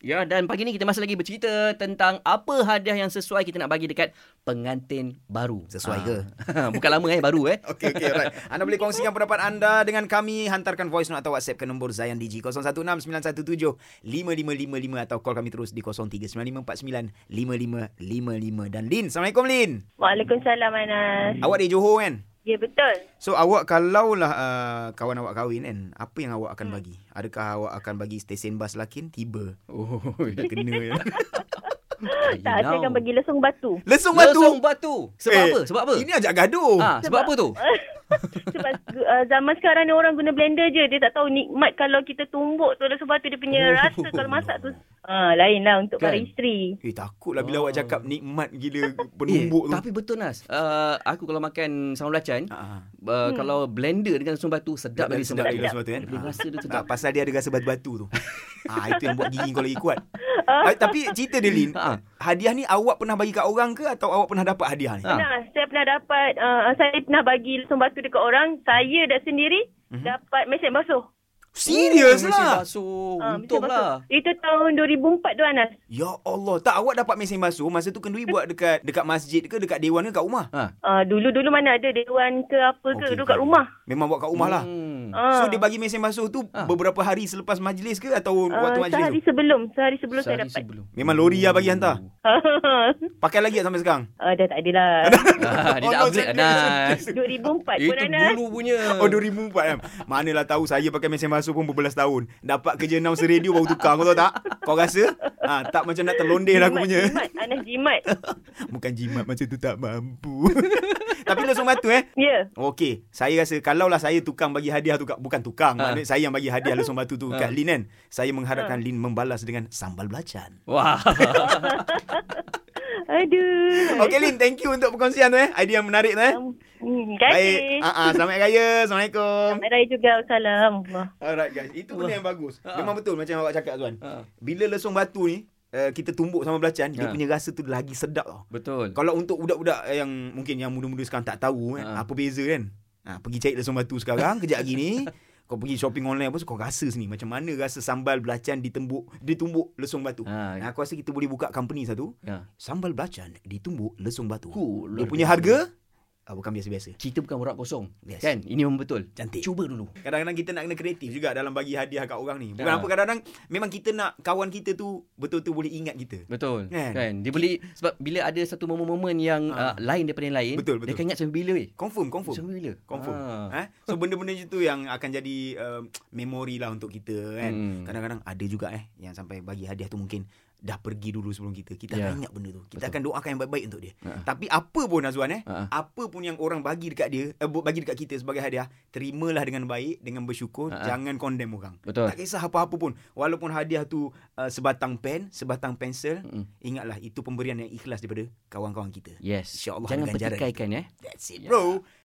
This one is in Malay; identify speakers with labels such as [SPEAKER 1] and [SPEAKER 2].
[SPEAKER 1] Ya, dan pagi ni kita masih lagi bercerita tentang apa hadiah yang sesuai kita nak bagi dekat pengantin baru.
[SPEAKER 2] Sesuai
[SPEAKER 1] Ah.
[SPEAKER 2] ke?
[SPEAKER 1] Bukan lama eh, baru eh.
[SPEAKER 2] Okey okey alright. Anda boleh kongsikan pendapat anda dengan kami hantarkan voice note atau WhatsApp ke nombor Zayan Digi 0169175555 atau call kami terus di 0395495555 dan Lin. Assalamualaikum Lin.
[SPEAKER 3] Waalaikumsalam Anas.
[SPEAKER 1] Hmm.
[SPEAKER 2] Awak dari Johor kan?
[SPEAKER 3] Ya betul.
[SPEAKER 2] So awak kalaulah uh, kawan awak kahwin kan, apa yang
[SPEAKER 1] Hmm.
[SPEAKER 2] awak akan bagi? Adakah awak akan bagi stesen bas lakin tiba?
[SPEAKER 1] Oh,
[SPEAKER 2] Tak kena ya.
[SPEAKER 3] Tak, saya akan bagi lesung batu.
[SPEAKER 2] Lesung batu.
[SPEAKER 1] Lesung batu. Sebab
[SPEAKER 2] Eh,
[SPEAKER 1] apa? Sebab apa?
[SPEAKER 2] Ini ajak gaduh.
[SPEAKER 1] Ah, sebab, sebab
[SPEAKER 3] Sebab-
[SPEAKER 1] apa tu?
[SPEAKER 3] Sebab uh, zaman sekarang ni orang guna blender je. Dia tak tahu nikmat kalau kita tumbuk tu lesung batu. Dia punya
[SPEAKER 1] Oh.
[SPEAKER 3] rasa kalau masak tu. Ah, lain lah untuk para
[SPEAKER 1] Kan?
[SPEAKER 3] isteri.
[SPEAKER 2] Eh takutlah bila
[SPEAKER 1] Oh.
[SPEAKER 2] awak cakap nikmat gila
[SPEAKER 1] Eh,
[SPEAKER 2] penumbuk tu.
[SPEAKER 1] tapi betul Nas. Uh, aku kalau makan sambal belacan,
[SPEAKER 2] Ah, ah.
[SPEAKER 1] uh,
[SPEAKER 3] Hmm.
[SPEAKER 1] kalau blender dengan lesung batu sedap
[SPEAKER 2] Sedap
[SPEAKER 1] lagi
[SPEAKER 2] sedap
[SPEAKER 1] sedap.
[SPEAKER 2] lagi
[SPEAKER 1] lagi
[SPEAKER 2] lesung batu, kan?
[SPEAKER 1] Dia
[SPEAKER 2] Ah.
[SPEAKER 1] rasa dia
[SPEAKER 2] Tak,
[SPEAKER 1] sedap.
[SPEAKER 2] pasal dia ada rasa batu-batu tu. ah itu yang buat gigi kau lagi kuat. Ah, tapi cerita dia Lin,
[SPEAKER 1] Ah.
[SPEAKER 2] hadiah ni awak pernah bagi kat orang ke atau awak pernah dapat hadiah ni?
[SPEAKER 1] Ah.
[SPEAKER 3] Nah, saya pernah dapat, uh, saya pernah bagi lesung batu dekat orang. Saya dah sendiri
[SPEAKER 2] Mhm.
[SPEAKER 3] dapat mesin basuh.
[SPEAKER 2] Serius
[SPEAKER 3] Hmm,
[SPEAKER 2] lah.
[SPEAKER 1] Basuh.
[SPEAKER 3] Ah, mesin
[SPEAKER 1] Untung
[SPEAKER 3] basuh.
[SPEAKER 1] lah.
[SPEAKER 3] Itu tahun 2004 tu Anas.
[SPEAKER 2] Ya Allah, tak awak dapat mesin basuh masa tu kenduri buat dekat dekat masjid ke dekat dewan ke kat rumah?
[SPEAKER 3] Uh, dulu-dulu mana ada dewan ke apa ke
[SPEAKER 2] Okey,
[SPEAKER 3] okay, dulu kat
[SPEAKER 2] okey.
[SPEAKER 3] rumah.
[SPEAKER 2] Memang buat kat rumah lah.
[SPEAKER 1] Hmm.
[SPEAKER 3] Ah.
[SPEAKER 2] So dia bagi mesin basuh tu
[SPEAKER 1] Ah.
[SPEAKER 2] beberapa hari selepas majlis ke atau
[SPEAKER 3] Ah,
[SPEAKER 2] waktu majlis
[SPEAKER 3] sehari
[SPEAKER 2] tu?
[SPEAKER 3] sebelum, sehari sebelum saya
[SPEAKER 1] Sehari
[SPEAKER 3] dapat.
[SPEAKER 1] sebelum.
[SPEAKER 2] Memang lori lah bagi hantar. Pakai lagi tak sampai sekarang?
[SPEAKER 3] Ah, dah tak ada lah.
[SPEAKER 1] Ah, dia dah
[SPEAKER 2] Allah,
[SPEAKER 1] upgrade
[SPEAKER 2] sedih,
[SPEAKER 1] Anas.
[SPEAKER 3] 2004
[SPEAKER 1] Itu
[SPEAKER 3] pun Anas.
[SPEAKER 1] dulu punya.
[SPEAKER 2] Oh 2004 kan Manalah tahu saya pakai mesin basuh pun berbelas tahun Dapat kerja announce radio baru tukar Kau tahu tak? Kau rasa? Ha, tak macam nak terlondeh lah aku punya
[SPEAKER 3] Jimat, Anas jimat.
[SPEAKER 2] Bukan jimat macam tu tak mampu Tapi lesung batu eh
[SPEAKER 3] Ya. Yeah.
[SPEAKER 2] Okey, saya rasa kalaulah saya tukang bagi hadiah tu kat- bukan tukang,
[SPEAKER 1] Ha.
[SPEAKER 2] maknanya saya yang bagi hadiah lesung batu tu kat
[SPEAKER 1] Ha.
[SPEAKER 2] Lin kan. Saya mengharapkan Lin membalas dengan sambal belacan.
[SPEAKER 1] Wah.
[SPEAKER 3] Aduh.
[SPEAKER 2] Okey Lin, thank you untuk perkongsian tu eh. Idea yang menarik tu eh.
[SPEAKER 3] Hmm,
[SPEAKER 2] Baik.
[SPEAKER 3] Kasih.
[SPEAKER 2] Ha ah, selamat hari raya. Assalamualaikum.
[SPEAKER 3] Selamat raya juga. Assalamualaikum.
[SPEAKER 2] Alright guys, itu benda yang bagus.
[SPEAKER 1] Ha.
[SPEAKER 2] Memang betul macam awak cakap tuan.
[SPEAKER 1] Ha.
[SPEAKER 2] Bila lesung batu ni Uh, kita tumbuk sama belacan
[SPEAKER 1] Ha.
[SPEAKER 2] Dia punya rasa tu lagi sedap tau
[SPEAKER 1] Betul.
[SPEAKER 2] Kalau untuk budak-budak yang Mungkin yang muda-muda sekarang tak tahu kan,
[SPEAKER 1] Ha.
[SPEAKER 2] Apa beza kan ha, Pergi cari lesung batu sekarang Kejap lagi ni Kau pergi shopping online apa so, Kau rasa sendiri Macam mana rasa sambal belacan ditumbuk Ditumbuk lesung batu
[SPEAKER 1] Ha.
[SPEAKER 2] ha, Aku rasa kita boleh buka company satu
[SPEAKER 1] Ya.
[SPEAKER 2] Sambal belacan ditumbuk lesung batu
[SPEAKER 1] Huh, luar
[SPEAKER 2] Dia punya
[SPEAKER 1] biasa.
[SPEAKER 2] harga ah, Bukan biasa-biasa
[SPEAKER 1] Kita ya. bukan borak kosong.
[SPEAKER 2] Yes.
[SPEAKER 1] Kan? Ini memang betul.
[SPEAKER 2] Cantik
[SPEAKER 1] Cuba dulu.
[SPEAKER 2] Kadang-kadang kita nak kena kreatif juga dalam bagi hadiah kat orang ni. Bukan
[SPEAKER 1] Ya.
[SPEAKER 2] apa kadang-kadang memang kita nak kawan kita tu betul-betul boleh ingat kita.
[SPEAKER 1] Betul. Kan?
[SPEAKER 2] Kan?
[SPEAKER 1] kan? Dia boleh sebab bila ada satu momen-momen yang
[SPEAKER 2] Ah.
[SPEAKER 1] uh, lain daripada yang lain,
[SPEAKER 2] Betul,
[SPEAKER 1] dia
[SPEAKER 2] betul.
[SPEAKER 1] akan ingat sampai bila weh.
[SPEAKER 2] Confirm, confirm.
[SPEAKER 1] Sampai bila?
[SPEAKER 2] Confirm.
[SPEAKER 1] Ah.
[SPEAKER 2] Ha? So benda-benda macam tu yang akan jadi um, memori lah untuk kita kan.
[SPEAKER 1] Hmm.
[SPEAKER 2] Kadang-kadang ada juga eh yang sampai bagi hadiah tu mungkin dah pergi dulu sebelum kita. Kita
[SPEAKER 1] Ya.
[SPEAKER 2] akan ingat benda tu. Kita
[SPEAKER 1] Betul.
[SPEAKER 2] akan doakan yang baik-baik untuk dia.
[SPEAKER 1] Ha.
[SPEAKER 2] Tapi apa pun Azwan eh,
[SPEAKER 1] Ha.
[SPEAKER 2] apa pun yang orang bagi dekat dia, eh, bu- bagi dekat kita sebagai hadiah, terimalah dengan baik, dengan bersyukur,
[SPEAKER 1] Ha.
[SPEAKER 2] jangan condemn orang.
[SPEAKER 1] Betul.
[SPEAKER 2] Tak kisah apa-apa pun. Walaupun hadiah tu uh, sebatang pen, sebatang pensel,
[SPEAKER 1] Mm.
[SPEAKER 2] ingatlah itu pemberian yang ikhlas daripada kawan-kawan kita.
[SPEAKER 1] Yes.
[SPEAKER 2] InsyaAllah ada
[SPEAKER 1] Jangan
[SPEAKER 2] ganjaran.
[SPEAKER 1] pertikaikan ya.
[SPEAKER 2] That's it,
[SPEAKER 1] Ya.
[SPEAKER 2] bro.